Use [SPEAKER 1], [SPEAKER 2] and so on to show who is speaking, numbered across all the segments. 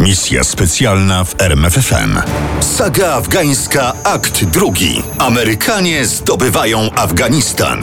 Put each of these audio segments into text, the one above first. [SPEAKER 1] Misja specjalna w RMFFM. Saga afgańska, akt drugi. Amerykanie zdobywają Afganistan.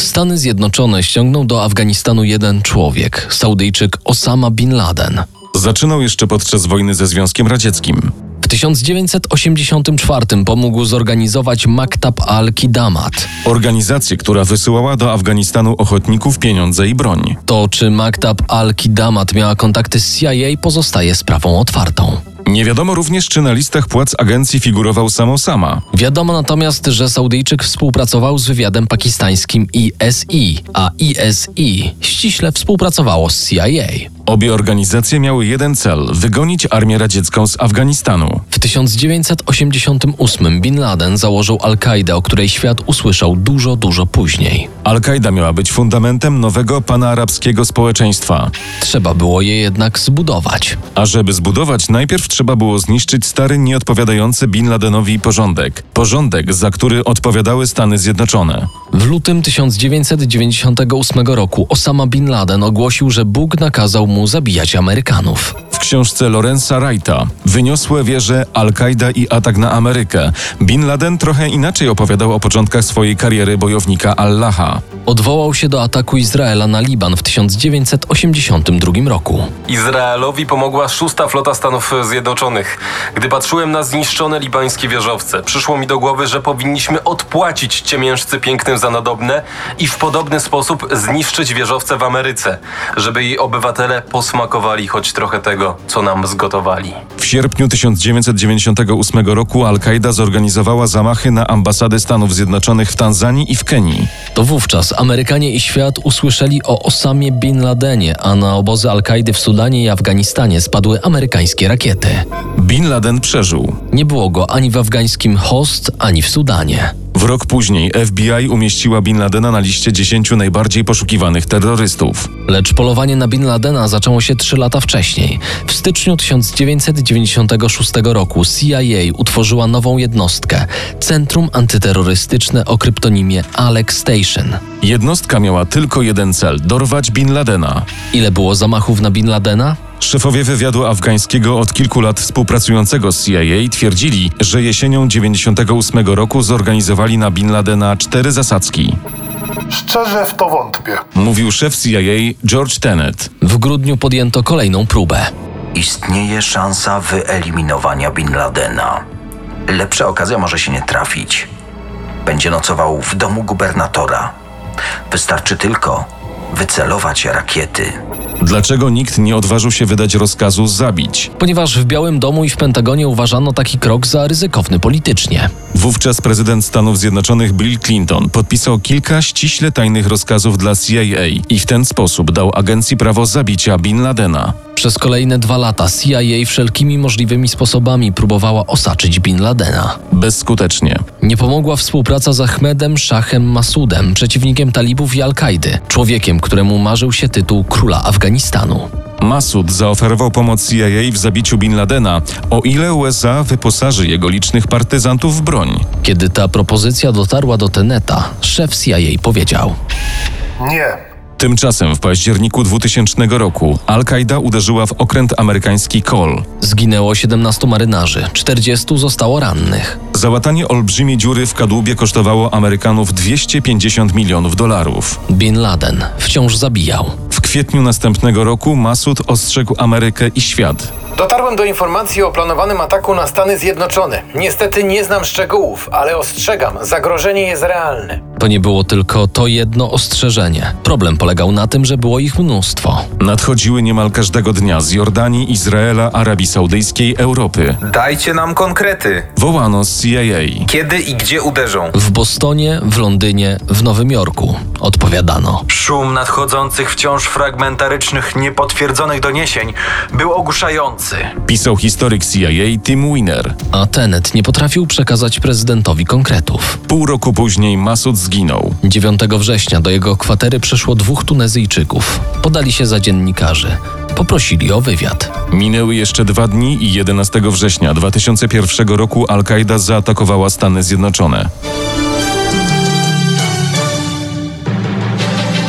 [SPEAKER 2] Stany Zjednoczone ściągnął do Afganistanu jeden człowiek, Saudyjczyk Osama Bin Laden.
[SPEAKER 3] Zaczynał jeszcze podczas wojny ze Związkiem Radzieckim.
[SPEAKER 2] W 1984 pomógł zorganizować Maktab al-Kidamat.
[SPEAKER 3] Organizację, która wysyłała do Afganistanu ochotników pieniądze i broń.
[SPEAKER 2] To, czy Maktab al-Kidamat miała kontakty z CIA, pozostaje sprawą otwartą.
[SPEAKER 3] Nie wiadomo również, czy na listach płac agencji figurował sam Osama.
[SPEAKER 2] Wiadomo natomiast, że Saudyjczyk współpracował z wywiadem pakistańskim ISI, a ISI ściśle współpracowało z CIA.
[SPEAKER 3] Obie organizacje miały jeden cel wygonić armię radziecką z Afganistanu.
[SPEAKER 2] W 1988 Bin Laden założył Al-Kaidę, o której świat usłyszał dużo, dużo później.
[SPEAKER 3] Al-Kaida miała być fundamentem nowego panarabskiego społeczeństwa.
[SPEAKER 2] Trzeba było je jednak zbudować.
[SPEAKER 3] A żeby zbudować, najpierw trzeba było zniszczyć stary, nieodpowiadający Bin Ladenowi porządek. Porządek, za który odpowiadały Stany Zjednoczone.
[SPEAKER 2] W lutym 1998 roku Osama Bin Laden ogłosił, że Bóg nakazał mu zabijać Amerykanów.
[SPEAKER 3] W książce Lorenza Wrighta Wyniosłe wieże Al-Kaida i atak na Amerykę Bin Laden trochę inaczej opowiadał o początkach swojej kariery bojownika Allaha.
[SPEAKER 2] Odwołał się do ataku Izraela na Liban w 1982 roku.
[SPEAKER 4] Izraelowi pomogła szósta flota Stanów Zjednoczonych. Gdy patrzyłem na zniszczone libańskie wieżowce, przyszło mi do głowy, że powinniśmy odpłacić ciemiężcy pięknym za nadobne i w podobny sposób zniszczyć wieżowce w Ameryce, żeby jej obywatele posmakowali choć trochę tego, co nam zgotowali.
[SPEAKER 3] W sierpniu 1998 roku Al-Kaida zorganizowała zamachy na ambasady Stanów Zjednoczonych w Tanzanii i w Kenii.
[SPEAKER 2] To wówczas Amerykanie i świat usłyszeli o Osamie Bin Ladenie, a na obozy Al-Kaidy w Sudanie i Afganistanie spadły amerykańskie rakiety.
[SPEAKER 3] Bin Laden przeżył.
[SPEAKER 2] Nie było go ani w afgańskim Host, ani w Sudanie.
[SPEAKER 3] W rok później FBI umieściła Bin Ladena na liście 10 najbardziej poszukiwanych terrorystów.
[SPEAKER 2] Lecz polowanie na Bin Ladena zaczęło się trzy lata wcześniej. W styczniu 1996 roku CIA utworzyła nową jednostkę Centrum Antyterrorystyczne o kryptonimie Alex Station.
[SPEAKER 3] Jednostka miała tylko jeden cel dorwać Bin Ladena.
[SPEAKER 2] Ile było zamachów na Bin Ladena?
[SPEAKER 3] Szefowie wywiadu afgańskiego od kilku lat współpracującego z CIA twierdzili, że jesienią 98 roku zorganizowali na Bin Ladena cztery zasadzki.
[SPEAKER 5] Szczerze w to wątpię.
[SPEAKER 3] Mówił szef CIA George Tenet.
[SPEAKER 2] W grudniu podjęto kolejną próbę.
[SPEAKER 6] istnieje szansa wyeliminowania Bin Ladena. Lepsza okazja może się nie trafić. Będzie nocował w domu gubernatora. Wystarczy tylko wycelować rakiety.
[SPEAKER 3] Dlaczego nikt nie odważył się wydać rozkazu zabić?
[SPEAKER 2] Ponieważ w Białym Domu i w Pentagonie uważano taki krok za ryzykowny politycznie.
[SPEAKER 3] Wówczas prezydent Stanów Zjednoczonych Bill Clinton podpisał kilka ściśle tajnych rozkazów dla CIA i w ten sposób dał agencji prawo zabicia Bin Ladena.
[SPEAKER 2] Przez kolejne dwa lata CIA wszelkimi możliwymi sposobami próbowała osaczyć Bin Ladena.
[SPEAKER 3] Bezskutecznie.
[SPEAKER 2] Nie pomogła współpraca z Ahmedem Szachem Masudem, przeciwnikiem talibów i Al-Kaidy, człowiekiem, któremu marzył się tytuł króla Afganistanu.
[SPEAKER 3] Masud zaoferował pomoc CIA w zabiciu Bin Ladena, o ile USA wyposaży jego licznych partyzantów w broń.
[SPEAKER 2] Kiedy ta propozycja dotarła do Teneta, szef CIA powiedział:
[SPEAKER 5] Nie.
[SPEAKER 3] Tymczasem w październiku 2000 roku Al-Kaida uderzyła w okręt amerykański Cole.
[SPEAKER 2] Zginęło 17 marynarzy, 40 zostało rannych.
[SPEAKER 3] Załatanie olbrzymiej dziury w kadłubie kosztowało Amerykanów 250 milionów dolarów.
[SPEAKER 2] Bin Laden wciąż zabijał.
[SPEAKER 3] W kwietniu następnego roku Masud ostrzegł Amerykę i świat.
[SPEAKER 7] Dotarłem do informacji o planowanym ataku na Stany Zjednoczone. Niestety nie znam szczegółów, ale ostrzegam, zagrożenie jest realne.
[SPEAKER 2] To nie było tylko to jedno ostrzeżenie. Problem polegał na tym, że było ich mnóstwo.
[SPEAKER 3] Nadchodziły niemal każdego dnia z Jordanii, Izraela, Arabii Saudyjskiej, Europy.
[SPEAKER 8] Dajcie nam konkrety.
[SPEAKER 3] Wołano z CIA.
[SPEAKER 8] Kiedy i gdzie uderzą?
[SPEAKER 2] W Bostonie, w Londynie, w Nowym Jorku odpowiadano.
[SPEAKER 8] Szum nadchodzących wciąż fragmentarycznych, niepotwierdzonych doniesień był ogłuszający.
[SPEAKER 3] Pisał historyk CIA Tim Winner.
[SPEAKER 2] A Tenet nie potrafił przekazać prezydentowi konkretów.
[SPEAKER 3] Pół roku później Masud zginął.
[SPEAKER 2] 9 września do jego kwatery przyszło dwóch Tunezyjczyków. Podali się za dziennikarzy. Poprosili o wywiad.
[SPEAKER 3] Minęły jeszcze dwa dni i 11 września 2001 roku Al-Kaida zaatakowała Stany Zjednoczone.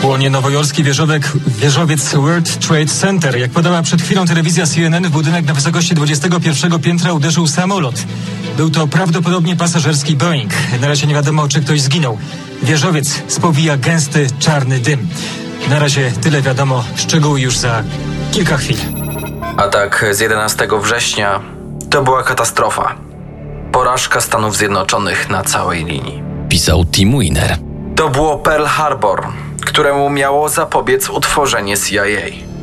[SPEAKER 9] Płonie nowojorski wieżowek, wieżowiec World Trade Center. Jak podała przed chwilą telewizja CNN, w budynek na wysokości 21 piętra uderzył samolot. Był to prawdopodobnie pasażerski Boeing. Na razie nie wiadomo, czy ktoś zginął. Wieżowiec spowija gęsty, czarny dym. Na razie tyle wiadomo, szczegóły już za kilka chwil.
[SPEAKER 8] Atak tak z 11 września to była katastrofa. Porażka Stanów Zjednoczonych na całej linii.
[SPEAKER 2] pisał Tim Wiener.
[SPEAKER 8] To było Pearl Harbor, któremu miało zapobiec utworzenie CIA.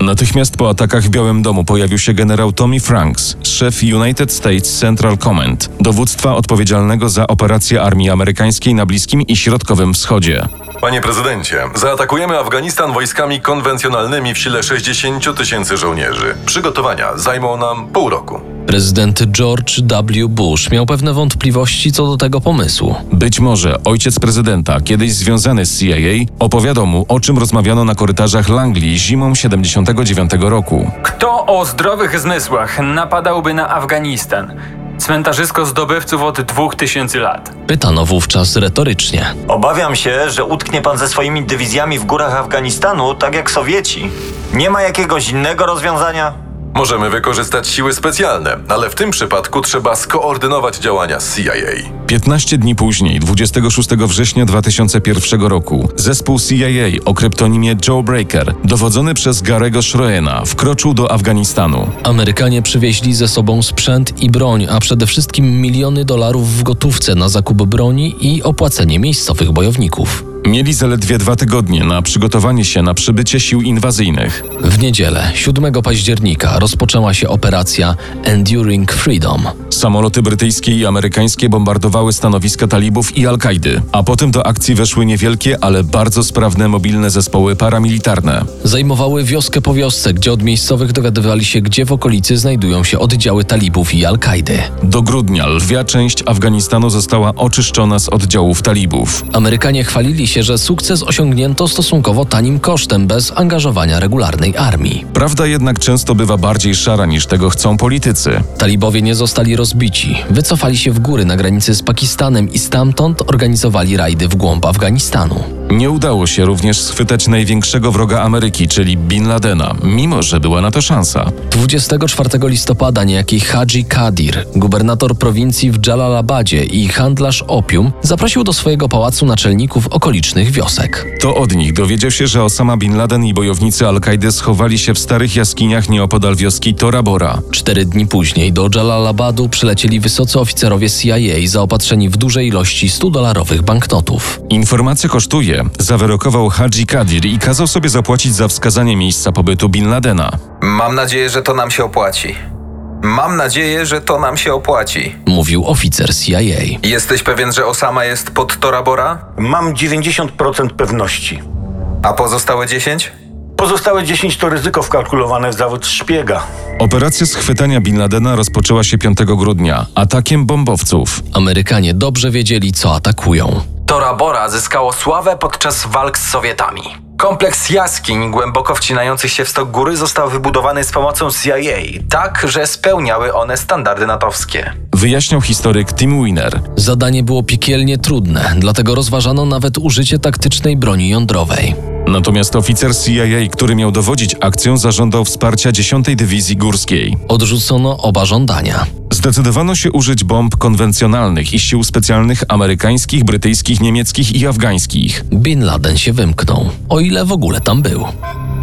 [SPEAKER 3] Natychmiast po atakach w Białym Domu pojawił się generał Tommy Franks, szef United States Central Command, dowództwa odpowiedzialnego za operacje armii amerykańskiej na Bliskim i Środkowym Wschodzie.
[SPEAKER 10] Panie prezydencie, zaatakujemy Afganistan wojskami konwencjonalnymi w sile 60 000 tysięcy żołnierzy. Przygotowania zajmą nam pół roku.
[SPEAKER 2] Prezydent George W. Bush miał pewne wątpliwości co do tego pomysłu.
[SPEAKER 3] Być może ojciec prezydenta, kiedyś związany z CIA, opowiadał mu, o czym rozmawiano na korytarzach Langley zimą 79 roku.
[SPEAKER 11] Kto o zdrowych zmysłach napadałby na Afganistan? Cmentarzysko zdobywców od 2000 lat.
[SPEAKER 2] Pytano wówczas retorycznie.
[SPEAKER 12] Obawiam się, że utknie pan ze swoimi dywizjami w górach Afganistanu, tak jak Sowieci. Nie ma jakiegoś innego rozwiązania?
[SPEAKER 10] Możemy wykorzystać siły specjalne, ale w tym przypadku trzeba skoordynować działania z CIA.
[SPEAKER 3] 15 dni później, 26 września 2001 roku, zespół CIA o kryptonimie Joe Breaker, dowodzony przez Garego Schroena, wkroczył do Afganistanu.
[SPEAKER 2] Amerykanie przywieźli ze sobą sprzęt i broń, a przede wszystkim miliony dolarów w gotówce na zakup broni i opłacenie miejscowych bojowników.
[SPEAKER 3] Mieli zaledwie dwa tygodnie na przygotowanie się na przybycie sił inwazyjnych.
[SPEAKER 2] W niedzielę, 7 października, rozpoczęła się operacja Enduring Freedom.
[SPEAKER 3] Samoloty brytyjskie i amerykańskie bombardowały stanowiska talibów i Al-Kaidy, a potem do akcji weszły niewielkie, ale bardzo sprawne mobilne zespoły paramilitarne.
[SPEAKER 2] Zajmowały wioskę po wiosce, gdzie od miejscowych dowiadywali się, gdzie w okolicy znajdują się oddziały talibów i Al-Kaidy.
[SPEAKER 3] Do grudnia lwia część Afganistanu została oczyszczona z oddziałów talibów.
[SPEAKER 2] Amerykanie chwalili się, że sukces osiągnięto stosunkowo tanim kosztem, bez angażowania regularnej armii.
[SPEAKER 3] Prawda jednak często bywa bardziej szara niż tego chcą politycy.
[SPEAKER 2] Talibowie nie zostali rozbici, wycofali się w góry na granicy z Pakistanem i stamtąd organizowali rajdy w głąb Afganistanu.
[SPEAKER 3] Nie udało się również schwytać największego wroga Ameryki, czyli Bin Ladena, mimo że była na to szansa.
[SPEAKER 2] 24 listopada niejaki Haji Kadir, gubernator prowincji w Jalalabadzie i handlarz opium, zaprosił do swojego pałacu naczelników okolicznych wiosek.
[SPEAKER 3] To od nich dowiedział się, że Osama Bin Laden i bojownicy Al-Kaidy schowali się w starych jaskiniach nieopodal wioski Tora Bora.
[SPEAKER 2] Cztery dni później do Jalalabadu przylecieli wysocy oficerowie CIA zaopatrzeni w duże ilości 100-dolarowych banknotów.
[SPEAKER 3] Informacja kosztuje, zawyrokował Hadzi Kadir i kazał sobie zapłacić za wskazanie miejsca pobytu Bin Ladena.
[SPEAKER 8] Mam nadzieję, że to nam się opłaci. Mam nadzieję, że to nam się opłaci.
[SPEAKER 2] Mówił oficer CIA.
[SPEAKER 8] Jesteś pewien, że Osama jest pod Torabora?
[SPEAKER 12] Mam 90% pewności.
[SPEAKER 8] A pozostałe 10?
[SPEAKER 12] Pozostałe 10 to ryzyko wkalkulowane w zawód szpiega.
[SPEAKER 3] Operacja schwytania Bin Ladena rozpoczęła się 5 grudnia atakiem bombowców.
[SPEAKER 2] Amerykanie dobrze wiedzieli, co atakują.
[SPEAKER 8] Torabora zyskało sławę podczas walk z Sowietami. Kompleks jaskiń głęboko wcinających się w stok góry został wybudowany z pomocą CIA, tak że spełniały one standardy natowskie.
[SPEAKER 3] Wyjaśniał historyk Tim Wiener.
[SPEAKER 2] Zadanie było piekielnie trudne, dlatego rozważano nawet użycie taktycznej broni jądrowej.
[SPEAKER 3] Natomiast oficer CIA, który miał dowodzić akcją, zażądał wsparcia 10 Dywizji Górskiej.
[SPEAKER 2] Odrzucono oba żądania.
[SPEAKER 3] Zdecydowano się użyć bomb konwencjonalnych i sił specjalnych amerykańskich, brytyjskich, niemieckich i afgańskich.
[SPEAKER 2] Bin Laden się wymknął, o ile w ogóle tam był.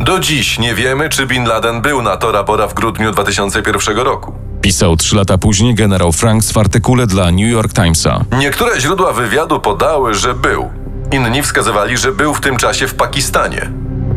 [SPEAKER 10] Do dziś nie wiemy, czy Bin Laden był na Tora Bora w grudniu 2001 roku.
[SPEAKER 3] Pisał trzy lata później generał Franks w artykule dla New York Timesa.
[SPEAKER 10] Niektóre źródła wywiadu podały, że był. Inni wskazywali, że był w tym czasie w Pakistanie.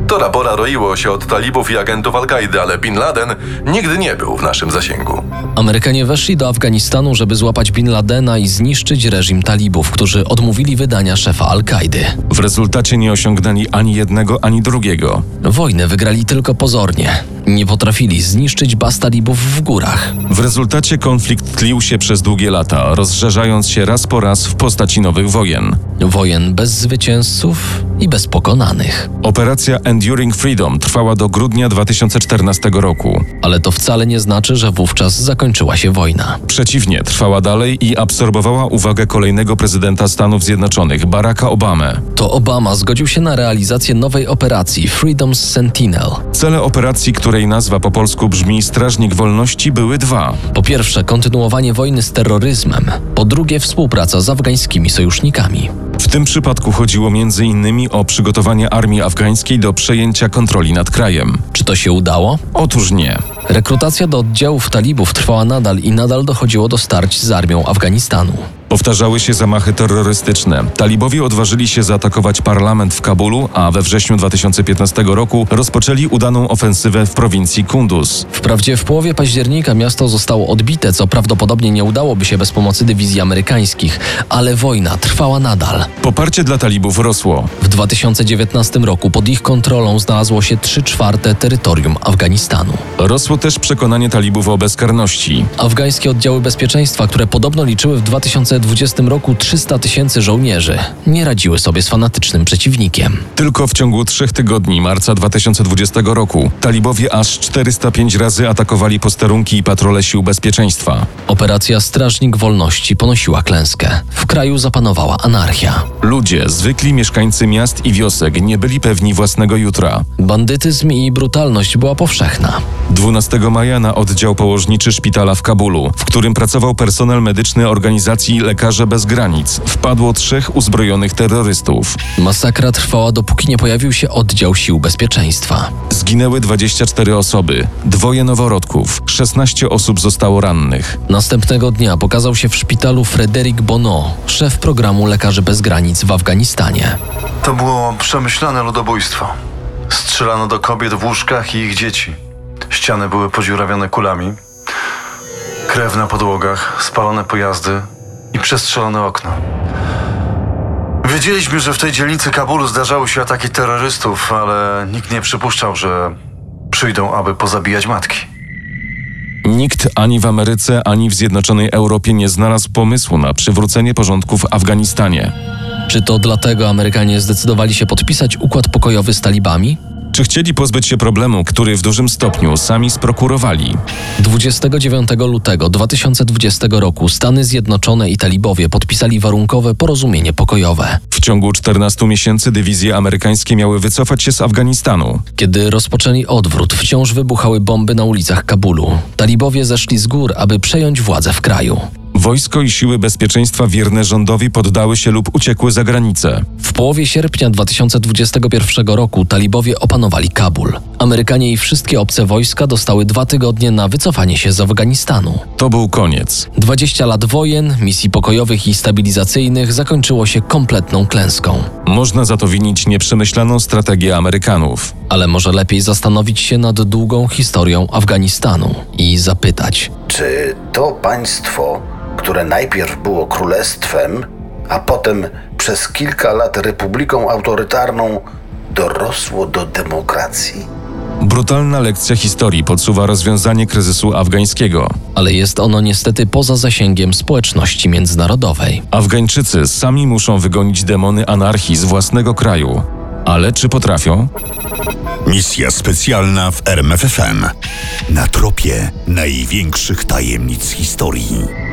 [SPEAKER 10] Tora Bora roiło się od talibów i agentów Al-Kaidy, ale Bin Laden nigdy nie był w naszym zasięgu.
[SPEAKER 2] Amerykanie weszli do Afganistanu, żeby złapać Bin Ladena i zniszczyć reżim talibów, którzy odmówili wydania szefa Al-Kaidy.
[SPEAKER 3] W rezultacie nie osiągnęli ani jednego, ani drugiego.
[SPEAKER 2] Wojnę wygrali tylko pozornie. Nie potrafili zniszczyć baz talibów w górach.
[SPEAKER 3] W rezultacie konflikt tlił się przez długie lata, rozszerzając się raz po raz w postaci nowych wojen.
[SPEAKER 2] Wojen bez zwycięzców i bez pokonanych.
[SPEAKER 3] Operacja Enduring Freedom trwała do grudnia 2014 roku.
[SPEAKER 2] Ale to wcale nie znaczy, że wówczas zakończyła się wojna.
[SPEAKER 3] Przeciwnie, trwała dalej i absorbowała uwagę kolejnego prezydenta Stanów Zjednoczonych, Baracka Obamy.
[SPEAKER 2] To Obama zgodził się na realizację nowej operacji Freedom Sentinel.
[SPEAKER 3] Cele operacji, której nazwa po polsku brzmi Strażnik Wolności, były dwa.
[SPEAKER 2] Po pierwsze, kontynuowanie wojny z terroryzmem. Po drugie, współpraca z afgańskimi sojusznikami.
[SPEAKER 3] W tym przypadku chodziło między innymi o przygotowanie armii afgańskiej do przejęcia kontroli nad krajem.
[SPEAKER 2] Czy to się udało?
[SPEAKER 3] Otóż nie.
[SPEAKER 2] Rekrutacja do oddziałów talibów trwała nadal i nadal dochodziło do starć z armią Afganistanu.
[SPEAKER 3] Powtarzały się zamachy terrorystyczne. Talibowie odważyli się zaatakować parlament w Kabulu, a we wrześniu 2015 roku rozpoczęli udaną ofensywę w prowincji Kunduz.
[SPEAKER 2] Wprawdzie w połowie października miasto zostało odbite, co prawdopodobnie nie udałoby się bez pomocy dywizji amerykańskich, ale wojna trwała nadal.
[SPEAKER 3] Poparcie dla talibów rosło.
[SPEAKER 2] W 2019 roku pod ich kontrolą znalazło się 3 czwarte terytorium Afganistanu.
[SPEAKER 3] Rosło też przekonanie talibów o bezkarności.
[SPEAKER 2] Afgańskie oddziały bezpieczeństwa, które podobno liczyły w 2020 2020 roku 300 tysięcy żołnierzy nie radziły sobie z fanatycznym przeciwnikiem.
[SPEAKER 3] Tylko w ciągu trzech tygodni marca 2020 roku talibowie aż 405 razy atakowali posterunki i patrole sił bezpieczeństwa.
[SPEAKER 2] Operacja Strażnik Wolności ponosiła klęskę. W kraju zapanowała anarchia.
[SPEAKER 3] Ludzie, zwykli mieszkańcy miast i wiosek, nie byli pewni własnego jutra.
[SPEAKER 2] Bandytyzm i brutalność była powszechna.
[SPEAKER 3] 12 maja na oddział położniczy szpitala w Kabulu, w którym pracował personel medyczny organizacji Lekarze Bez Granic, wpadło trzech uzbrojonych terrorystów.
[SPEAKER 2] Masakra trwała dopóki nie pojawił się oddział sił bezpieczeństwa.
[SPEAKER 3] Zginęły 24 osoby, dwoje noworodków, 16 osób zostało rannych.
[SPEAKER 2] Następnego dnia pokazał się w szpitalu Frederic Bono, szef programu Lekarzy Bez Granic w Afganistanie.
[SPEAKER 13] To było przemyślane ludobójstwo. Strzelano do kobiet w łóżkach i ich dzieci. Ściany były podziurawione kulami, krew na podłogach, spalone pojazdy i przestrzelone okno. Wiedzieliśmy, że w tej dzielnicy Kabulu zdarzały się ataki terrorystów, ale nikt nie przypuszczał, że przyjdą, aby pozabijać matki.
[SPEAKER 3] Nikt ani w Ameryce, ani w Zjednoczonej Europie nie znalazł pomysłu na przywrócenie porządku w Afganistanie.
[SPEAKER 2] Czy to dlatego Amerykanie zdecydowali się podpisać układ pokojowy z talibami?
[SPEAKER 3] Czy chcieli pozbyć się problemu, który w dużym stopniu sami sprokurowali?
[SPEAKER 2] 29 lutego 2020 roku Stany Zjednoczone i talibowie podpisali warunkowe porozumienie pokojowe.
[SPEAKER 3] W ciągu 14 miesięcy dywizje amerykańskie miały wycofać się z Afganistanu.
[SPEAKER 2] Kiedy rozpoczęli odwrót, wciąż wybuchały bomby na ulicach Kabulu. Talibowie zeszli z gór, aby przejąć władzę w kraju.
[SPEAKER 3] Wojsko i siły bezpieczeństwa wierne rządowi poddały się lub uciekły za granicę.
[SPEAKER 2] W połowie sierpnia 2021 roku talibowie opanowali Kabul. Amerykanie i wszystkie obce wojska dostały dwa tygodnie na wycofanie się z Afganistanu.
[SPEAKER 3] To był koniec.
[SPEAKER 2] 20 lat wojen, misji pokojowych i stabilizacyjnych zakończyło się kompletną klęską.
[SPEAKER 3] Można za to winić nieprzemyślaną strategię Amerykanów.
[SPEAKER 2] Ale może lepiej zastanowić się nad długą historią Afganistanu i zapytać:
[SPEAKER 14] Czy to państwo które najpierw było królestwem, a potem przez kilka lat republiką autorytarną, dorosło do demokracji?
[SPEAKER 3] Brutalna lekcja historii podsuwa rozwiązanie kryzysu afgańskiego.
[SPEAKER 2] Ale jest ono niestety poza zasięgiem społeczności międzynarodowej.
[SPEAKER 3] Afgańczycy sami muszą wygonić demony anarchii z własnego kraju. Ale czy potrafią?
[SPEAKER 1] Misja specjalna w RMFFM. Na tropie największych tajemnic historii.